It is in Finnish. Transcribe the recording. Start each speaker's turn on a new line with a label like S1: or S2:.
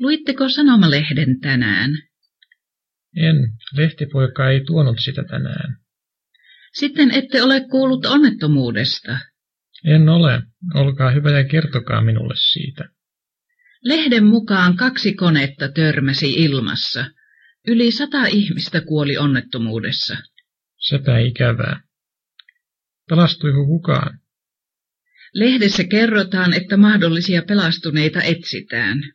S1: Luitteko sanomalehden tänään?
S2: En, lehtipoika ei tuonut sitä tänään.
S1: Sitten ette ole kuullut onnettomuudesta.
S2: En ole, olkaa hyvä ja kertokaa minulle siitä.
S1: Lehden mukaan kaksi konetta törmäsi ilmassa. Yli sata ihmistä kuoli onnettomuudessa.
S2: Sepä ikävää. Pelastuiko kukaan?
S1: Lehdessä kerrotaan, että mahdollisia pelastuneita etsitään.